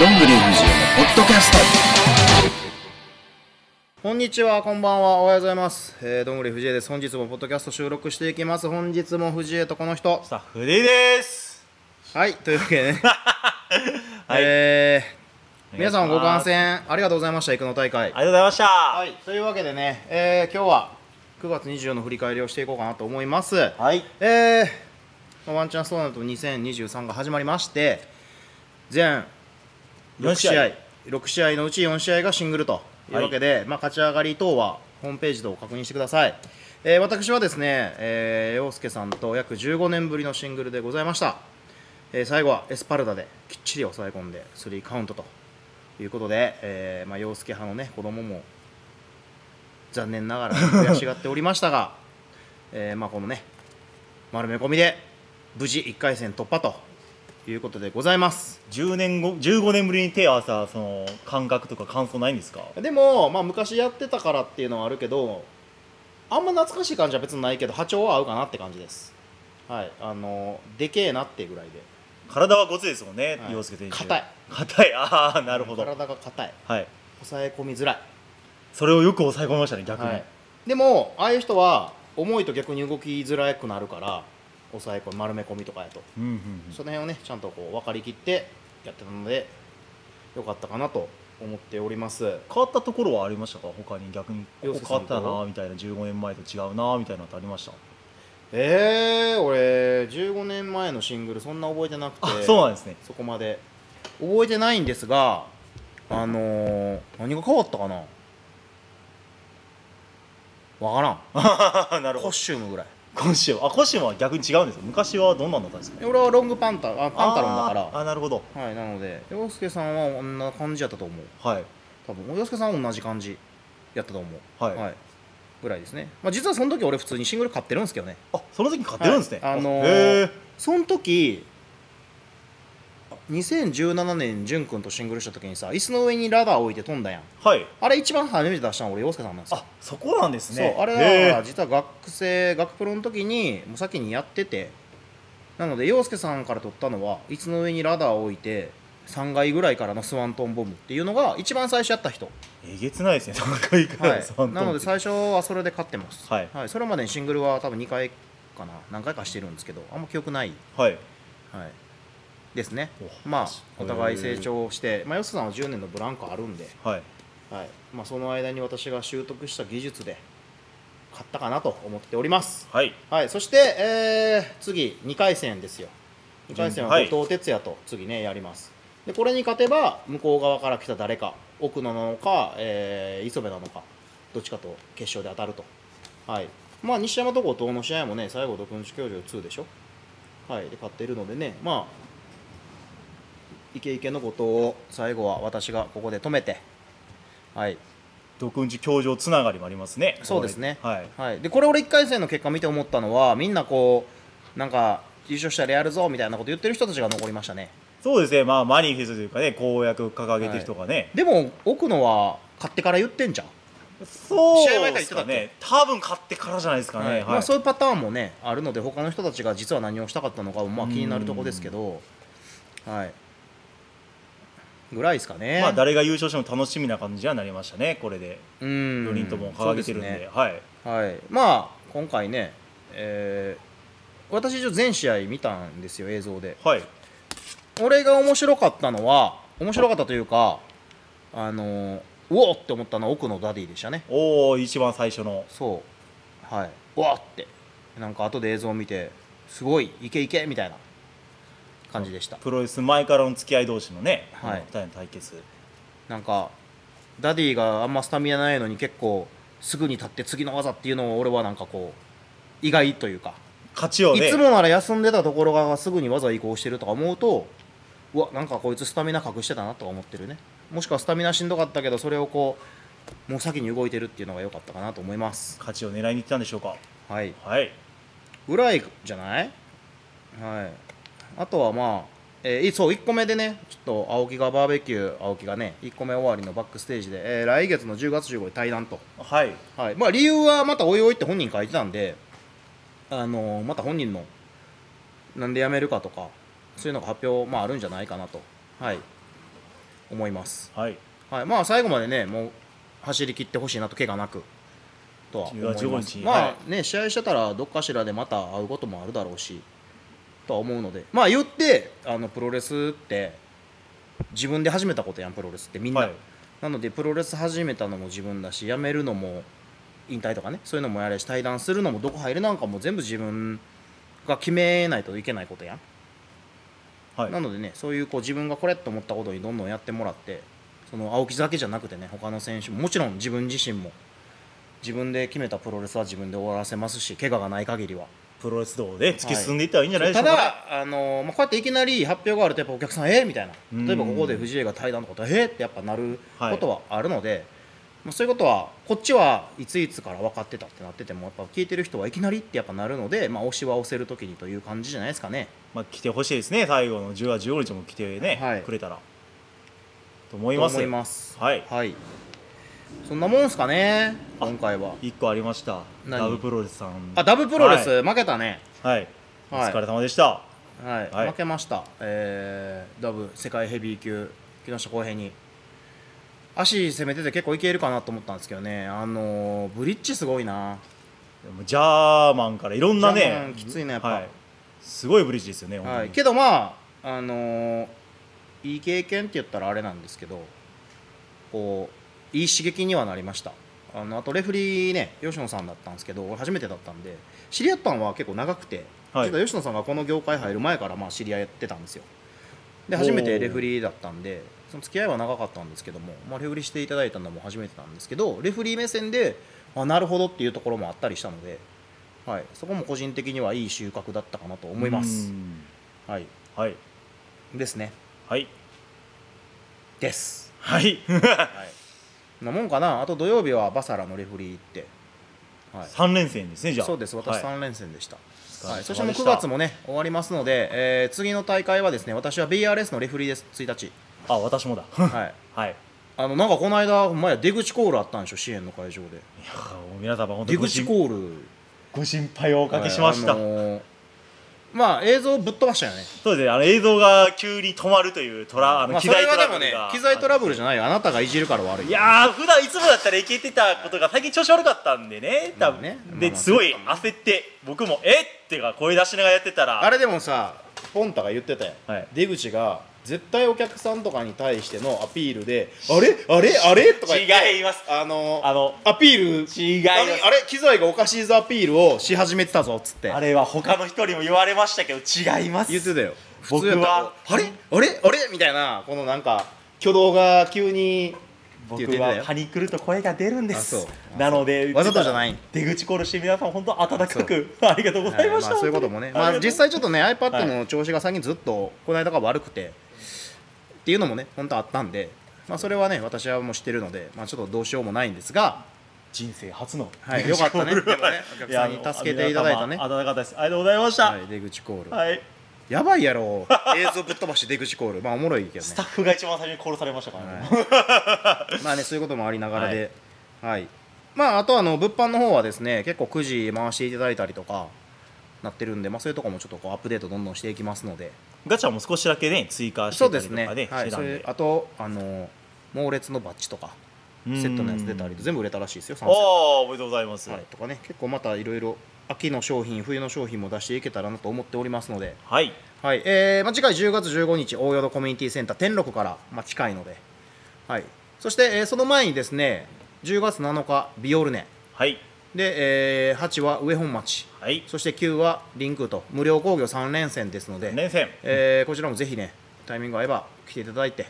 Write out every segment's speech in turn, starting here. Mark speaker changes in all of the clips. Speaker 1: どんぐり藤枝のポッドキャス
Speaker 2: こんにちは、こんばんは、おはようございます。えー、どんぐり藤江です。本日もポッドキャスト収録していきます。本日も藤江とこの人。
Speaker 3: さあ、フリーです。
Speaker 2: はい、というわけでね。
Speaker 3: はい
Speaker 2: えー皆さんご
Speaker 3: お願い
Speaker 2: 観
Speaker 3: します
Speaker 2: 戦ありがとうございました、育野大会。
Speaker 3: ありがとうございました。
Speaker 2: は、
Speaker 3: はい
Speaker 2: というわけでね、えー今日は9月24の振り返りをしていこうかなと思います。
Speaker 3: い。
Speaker 2: えーまあワンチャンストーナメント2023が始まりまして、全6
Speaker 3: 4
Speaker 2: 試
Speaker 3: 試
Speaker 2: 合
Speaker 3: 合、
Speaker 2: 6試合のうち4試合がシングルというわけで、まあ、勝ち上がり等はホームページ等を確認してください。えー私はですね、えー、陽介さんと約15年ぶりのシングルでございました。えー最後はエスパルダできっちり抑え込んで、3カウントということで、えーまあ、陽介派のね、子供も残念ながら 悔しがっておりましたが、えーまあ、このね、丸め込みで無事1回戦突破ということでございます。
Speaker 3: 10年後、15年ぶりに手を合わせた、その、感覚とか感想ないんですか
Speaker 2: でも、まあ、昔やってたからっていうのはあるけどあんま懐かしい感じは別にないけど波長は合うかなって感じですはいあのでけえなっていうぐらいで
Speaker 3: 体はごついですもんね
Speaker 2: は、い
Speaker 3: 洋、介選手。
Speaker 2: 硬い。
Speaker 3: 硬い。ああ、なるほど。
Speaker 2: 体が硬い
Speaker 3: はい。
Speaker 2: 抑え込みづらい、そ
Speaker 3: それをよく抑え込みましたね、逆に。
Speaker 2: はい、でもああいう人は重いと逆に動きづらくなるから抑え込み丸め込みとかやと
Speaker 3: うんうんうん。
Speaker 2: その辺をねちゃんとこう分かりきってやってたのでよかったかなと思っております
Speaker 3: 変わったところはありましたか他に逆に、
Speaker 2: 洋
Speaker 3: こ
Speaker 2: 介
Speaker 3: こ
Speaker 2: さん
Speaker 3: 変わったな
Speaker 2: どう
Speaker 3: ぁみたいな、15年前と違うなぁみたいなのってありました、
Speaker 2: えー、俺15年前のシングルそんな覚えてなくて
Speaker 3: あ、そうなんですね。
Speaker 2: そこまで覚えてないんですがあのー、何が変わったかなわから
Speaker 3: なる
Speaker 2: んコ
Speaker 3: ほ
Speaker 2: スチュームぐらい
Speaker 3: ど。今週は、あ、今週は逆に違うんですよ。昔はどんなんだったんですか
Speaker 2: で俺はロングパンタあパンタロンだか
Speaker 3: あー
Speaker 2: ら
Speaker 3: あ、なるほど。
Speaker 2: はいなので洋介さんはこんな感じやったと思う
Speaker 3: はい。
Speaker 2: 多分洋介さんは同じ感じやったと思う
Speaker 3: はい
Speaker 2: ぐらいですね、まあ、実はその時俺普通にシングル買ってるんですけどね
Speaker 3: あ、その時に買ってるんですね。
Speaker 2: はいあのー
Speaker 3: へー
Speaker 2: その時あ2017年潤君とシングルした時にさ椅子の上にラダー置いて飛んだやん
Speaker 3: はい。
Speaker 2: あれ一番初めて出したの俺洋介さんなんですよ
Speaker 3: あそこなんですね
Speaker 2: そうあれ
Speaker 3: へ
Speaker 2: は
Speaker 3: ー
Speaker 2: 実は学生学プロの時にもう先にやっててなので洋介さんから取ったのは椅子の上にラダーを置いて3階ぐらいからのスワントンボムっていうのが一番最初やった 人、
Speaker 3: えげつないですね3回か
Speaker 2: は
Speaker 3: ら3
Speaker 2: い、なので
Speaker 3: さ
Speaker 2: 最初はそれで勝ってます、
Speaker 3: はい
Speaker 2: それまでにシングルは多分2回かな何回かしてるんですけどあんま記憶ない、
Speaker 3: はい
Speaker 2: はい、ですね
Speaker 3: お
Speaker 2: まあ
Speaker 3: へー
Speaker 2: お互い成長して、まあ、洋介さんは10年のブランクあるんで、
Speaker 3: はい
Speaker 2: はいまあ、その間に私が習得した技術で勝ったかなと思っております
Speaker 3: はい
Speaker 2: はい、そして、えー次、2回戦ですよ。2回戦は
Speaker 3: はい
Speaker 2: 後藤哲也と次ね、やります。で、これに勝てば、向こう側から来た誰か、奥野なのか、えー磯部なのか、どっちかと決勝で当たると。はい。まあ、西山と後藤の試合もね、最後、独自教授2でしょ。はい、で、勝っているのでね、まあ、イケイケの後藤を最後は私がここで止めて、はい、
Speaker 3: 独運寺教場つながりもありますね
Speaker 2: そうですね、
Speaker 3: はい
Speaker 2: でこれ俺1回戦の結果見て思ったのはみんなこうなんか優勝したらやるぞみたいなこと言ってる人たちが残りましたね
Speaker 3: そうですねまあマニフェストというかね公約掲げてる人がね、
Speaker 2: でも奥野は勝ってから言ってんじゃん、
Speaker 3: そう
Speaker 2: 試合前から言
Speaker 3: で
Speaker 2: って
Speaker 3: す
Speaker 2: たっ
Speaker 3: か
Speaker 2: け
Speaker 3: ね多分買ってからじゃないですかねはい、
Speaker 2: まあ、そういうパターンもねあるので他の人たちが実は何をしたかったのかもまあ気になるとこですけどはいぐらいですかね、
Speaker 3: まあ誰が優勝しても楽しみな感じにはなりましたねこれで
Speaker 2: 4
Speaker 3: 4人とも掲げてるんで,、はい
Speaker 2: はい、まあ今回ね、えー私一応全試合見たんですよ映像で
Speaker 3: はい
Speaker 2: 俺が面白かったのは面白かったというかあのーうおーって思ったのは奥のダディでしたね
Speaker 3: おお一番最初の
Speaker 2: そうはいうわーってなんか後で映像を見てすごいいけいけみたいな感じでした
Speaker 3: プロレス前からの付き合い同士のね、
Speaker 2: はい
Speaker 3: 2人の対決
Speaker 2: なんかダディがあんまスタミナないのに結構すぐに立って次の技っていうのを俺はなんかこう意外というか
Speaker 3: 勝ちをね
Speaker 2: いつもなら休んでたところがすぐに技移行してるとか思うとうわなんかこいつスタミナ隠してたなとか思ってるねもしくはスタミナしんどかったけどそれをこうもう先に動いてるっていうのが良かったかなと思います
Speaker 3: 勝ちを狙いに行ったんでしょうか
Speaker 2: はい
Speaker 3: はい
Speaker 2: ぐらいじゃないはいあとはまあえーいそう1個目でねちょっと青木がバーベキュー青木がね1個目終わりのバックステージで、えー来月の10月15日対談と
Speaker 3: はい
Speaker 2: はい、まあ理由はまたおいおいって本人書いてたんで、あのーまた本人のなんで辞めるかとかそういうのが発表、まあ、あるんじゃないかなと、はい、思います、
Speaker 3: はい
Speaker 2: はい、まあ最後までねもう走り切ってほしいなと怪我なくとは思います
Speaker 3: 15日
Speaker 2: ま
Speaker 3: は
Speaker 2: あね試合してたらどっかしらでまた会うこともあるだろうしとは思うのでまあ言ってあのプロレスって自分で始めたことやんプロレスってみんな、
Speaker 3: はい
Speaker 2: なのでプロレス始めたのも自分だし辞めるのも引退とかねそういうのもやれし対談するのもどこ入るなんかも全部自分が決めないといけないことやん
Speaker 3: はい
Speaker 2: なのでねそういうこう自分がこれと思ったことにどんどんやってもらってその青木だけじゃなくてね他の選手ももちろん自分自身も自分で決めたプロレスは自分で終わらせますし怪我がない限りは
Speaker 3: プロレス道で突き進んでいったらいいんじゃないでしたょうか、
Speaker 2: だあの、まあ、こうやっていきなり発表があるとやっぱお客さんえーみたい
Speaker 3: うん
Speaker 2: な例えばここで藤江が対談とかえーってやっぱなる
Speaker 3: はい
Speaker 2: ことはあるので、まあ、そういうことはこっちはいついつから分かってたってなっててもやっぱ聞いてる人はいきなりってやっぱなるので、まあ、押しは押せる時にという感じじゃないですかね。
Speaker 3: まあ、来てほしいですね最後の10話15日も来てね、
Speaker 2: はい
Speaker 3: くれたらと思います
Speaker 2: と思います
Speaker 3: はい
Speaker 2: はい。そんなもんすかね、今回は。
Speaker 3: 1個ありました
Speaker 2: 何
Speaker 3: ダブプロレスさん
Speaker 2: あ、ダブプロレス、
Speaker 3: は
Speaker 2: 負けたね。
Speaker 3: い、はい
Speaker 2: はい
Speaker 3: お疲れ様でした
Speaker 2: はい、
Speaker 3: はい
Speaker 2: 負けました。えーダブ世界ヘビー級木下浩平に。足攻めてて結構いけるかなと思ったんですけどね、あのーブリッジすごいな。
Speaker 3: でもジャーマンからいろんな
Speaker 2: ジャーマ
Speaker 3: ね
Speaker 2: ンきついねやっぱ
Speaker 3: はい、すごいブリッジですよね、本当
Speaker 2: は
Speaker 3: に
Speaker 2: い、けどまあ、あのーいい経験って言ったらあれなんですけど、こういい刺激にはなりました。あのあとレフェリーね吉野さんだったんですけど俺初めてだったんで知り合ったのは結構長くて、
Speaker 3: はい
Speaker 2: 実は吉野さんがこの業界入る前からまあ知り合ってたんですよで
Speaker 3: おー
Speaker 2: 初めてレフェリーだったんでその付き合いは長かったんですけども、まあ、レフェリーしていただいたのも初めてなんですけどレフェリー目線であなるほどっていうところもあったりしたので、はい、そこも個人的にはいい収穫だったかなと思いま
Speaker 3: う
Speaker 2: す、
Speaker 3: ん
Speaker 2: はい、
Speaker 3: はい
Speaker 2: ですね
Speaker 3: はい
Speaker 2: です
Speaker 3: はい
Speaker 2: そんなもんかなあと土曜日はバサラのレフェリー行って、はい、
Speaker 3: 3連戦ですねじゃあ
Speaker 2: そうです私
Speaker 3: はい
Speaker 2: 3連戦でした、
Speaker 3: れ様でした
Speaker 2: はい、そしてもう9月もね終わりますので、えー次の大会はですね私は BRS のレフェリーです1日
Speaker 3: あ私もだ
Speaker 2: はい
Speaker 3: はい
Speaker 2: あのなんかこの間ほんまや出口コールあったんでしょ支援の会場で
Speaker 3: いやー皆様本
Speaker 2: 出
Speaker 3: 当にご
Speaker 2: 口
Speaker 3: 心
Speaker 2: コール
Speaker 3: ご心配をおかけしました、
Speaker 2: はいあのーまあ映像ぶっ飛ばしたよね
Speaker 3: そうですねあの映像が急に止まるというトラあの、
Speaker 2: まあ、
Speaker 3: 機
Speaker 2: それ
Speaker 3: 材ト
Speaker 2: はで
Speaker 3: ラブ
Speaker 2: も
Speaker 3: ル
Speaker 2: ね
Speaker 3: が
Speaker 2: 機材トラブルじゃないよあなたがいじるから悪い
Speaker 3: いやー普段いつもだったらいけてたことが最近調子悪かったんでね多分
Speaker 2: まあねまあまあ
Speaker 3: ですごい焦って僕も「えっ!」てか声出しながらやってたら
Speaker 2: あれでもさポンタが言ってたよ、
Speaker 3: はい
Speaker 2: 出口が絶対お客さんとかに対してのアピールで「あれあれあれ?」とか言って
Speaker 3: 違います
Speaker 2: あの
Speaker 3: あの
Speaker 2: アピール
Speaker 3: 違いま
Speaker 2: 何
Speaker 3: す
Speaker 2: あれ機材がおかしいぞアピールをし始めてたぞっつって
Speaker 3: あれは他の人にも言われましたけど違います
Speaker 2: 言ってたよ
Speaker 3: 僕
Speaker 2: 普通やったら
Speaker 3: は
Speaker 2: あれあれあれみたいなこのなんか挙動が急にって
Speaker 3: 僕
Speaker 2: 言ってた
Speaker 3: は
Speaker 2: よ
Speaker 3: パニクると声が出るんで
Speaker 2: あ
Speaker 3: す
Speaker 2: そうあ
Speaker 3: なので
Speaker 2: わざとじゃない
Speaker 3: 出口コールして皆さん本当温かくありがとうございました、
Speaker 2: まあ、そういうこともね、ま
Speaker 3: あ
Speaker 2: あ、
Speaker 3: りがとう
Speaker 2: 実際ちょっとね iPad の調子が最近ずっとこの間が悪くて、っていうのもね本当あったんで、まあ、それはね私はもうしてるので、まあ、ちょっとどうしようもないんですが、
Speaker 3: 人生初の
Speaker 2: はい
Speaker 3: 出口コール
Speaker 2: よかったねでもねお客さんに
Speaker 3: いやあの
Speaker 2: 助けていただいたね
Speaker 3: 皆様温かかったですありがとうございました
Speaker 2: はい、出口コール、
Speaker 3: はい
Speaker 2: やばいやろ映像ぶっ飛ばして出口コールまあおもろいけど
Speaker 3: ス
Speaker 2: ね
Speaker 3: タッフが一番最初に殺されましたからね、
Speaker 2: まあねそういうこともありながらで、はいまあ、あとあの物販の方はですね結構くじ回していただいたりとかなってるんで、まあ、そういうとこもちょっとこうアップデートどんどんしていきますので
Speaker 3: ガチャも少しだけね追加して
Speaker 2: そうで
Speaker 3: たり
Speaker 2: す
Speaker 3: とか
Speaker 2: ね
Speaker 3: ね
Speaker 2: はい、
Speaker 3: して
Speaker 2: そ
Speaker 3: たん
Speaker 2: れ
Speaker 3: で
Speaker 2: あとあの猛烈のバッジとか
Speaker 3: う
Speaker 2: セ
Speaker 3: ん
Speaker 2: ットのやつ出たりと全部売れたらしいですよ3
Speaker 3: あ
Speaker 2: セ
Speaker 3: あ
Speaker 2: ット
Speaker 3: おめでとうございます
Speaker 2: はい、とかね結構またいろいろ秋の商品冬の商品も出していけたらなと思っておりますので、
Speaker 3: はい
Speaker 2: はいえーまあ、次回10月15日大淀コミュニティセンター天禄から、まあ、近いので、はい、そして、えーその前にですね10月7日ビオルネ
Speaker 3: はい
Speaker 2: で、えー8は上本町
Speaker 3: はい
Speaker 2: そして9はリンクと無料工業3連戦ですので、
Speaker 3: 連戦
Speaker 2: えーこちらもぜひねタイミング合えば来ていただいて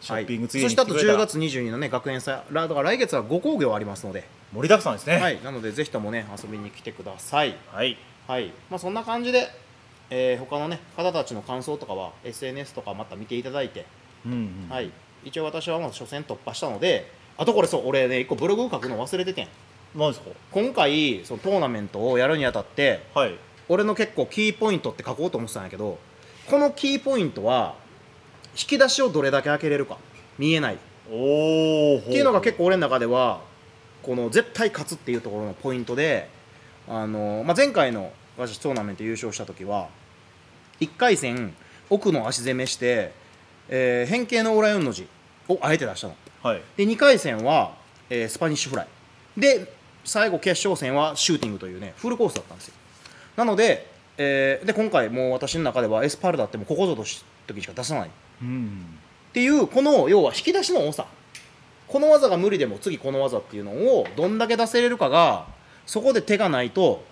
Speaker 3: ショッピングついで
Speaker 2: はい、そして
Speaker 3: に来て
Speaker 2: あ
Speaker 3: く
Speaker 2: と
Speaker 3: れた
Speaker 2: 10
Speaker 3: ら
Speaker 2: 月22のね学園祭らだから来月は5工業ありますので、
Speaker 3: 盛りだくさんですね
Speaker 2: は
Speaker 3: はい、
Speaker 2: い、なのでぜひともね遊びに来てくださいはいまあそんな感じで、えー他のね方たちの感想とかは SNS とかまた見ていただいて、
Speaker 3: うんうん
Speaker 2: はい一応私はまあ初戦突破したのであとこれそう俺ね一個ブログ書くの忘れててん
Speaker 3: 何ですか
Speaker 2: 今回そのトーナメントをやるにあたって
Speaker 3: はい
Speaker 2: 俺の結構キーポイントって書こうと思ってたんやけどこのキーポイントは引き出しをどれだけ開けれるか見えないっ
Speaker 3: おおって
Speaker 2: いうのが結構俺の中ではこの絶対勝つっていうところのポイントであの、まあ、前回の私トーナメント優勝した時は1回戦奥の足攻めしてえー変形のオーライオンの字をあえて出したの
Speaker 3: はい
Speaker 2: で2回戦は、えースパニッシュフライで最後決勝戦はシューティングというねフルコースだったんですよなので,、えーで今回もう私の中ではエスパルダってもうここぞとし時しか出さない
Speaker 3: うん
Speaker 2: っていうこの要は引き出しの多さこの技が無理でも次この技っていうのをどんだけ出せれるかがそこで手がないと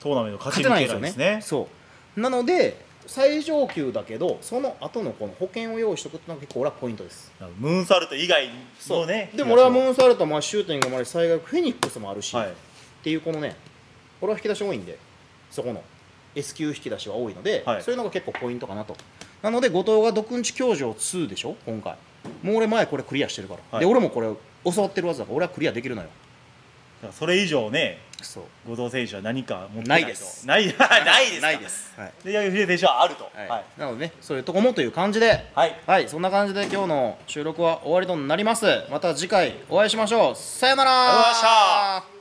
Speaker 3: トーナメント勝
Speaker 2: 勝
Speaker 3: ち
Speaker 2: て
Speaker 3: 抜
Speaker 2: ない
Speaker 3: け
Speaker 2: んです
Speaker 3: ない
Speaker 2: よ
Speaker 3: で
Speaker 2: ね
Speaker 3: すね
Speaker 2: そうなので最上級だけどその後のこの保険を用意しとくっていうのが結構俺はポイントです
Speaker 3: ムーンサルト以外のね
Speaker 2: でも俺はム
Speaker 3: う
Speaker 2: ーンサルトもあるしシューティングもあるし最悪フェニックスもあるし、
Speaker 3: はい
Speaker 2: っていうこのねこれは引き出し多いんでそこの S 級引き出しは多いので、
Speaker 3: はい
Speaker 2: そういうのが結構ポイントかなとなので後藤が独んち教授を2でしょ今回もう俺前これクリアしてるから、
Speaker 3: はい
Speaker 2: で俺もこれ教わってる技だから俺はクリアできるのよ
Speaker 3: それ以上ね
Speaker 2: そう
Speaker 3: 後藤選手は何か持って
Speaker 2: ないです
Speaker 3: ないないですか
Speaker 2: ないですはい、
Speaker 3: で八木秀選手はあると
Speaker 2: はい
Speaker 3: はい
Speaker 2: なのでねそういうとこもという感じでは
Speaker 3: はい
Speaker 2: はい、そんな感じで今日の収録は終わりとなりますまた次回お会いしましょうさよなら
Speaker 3: ありがとうございました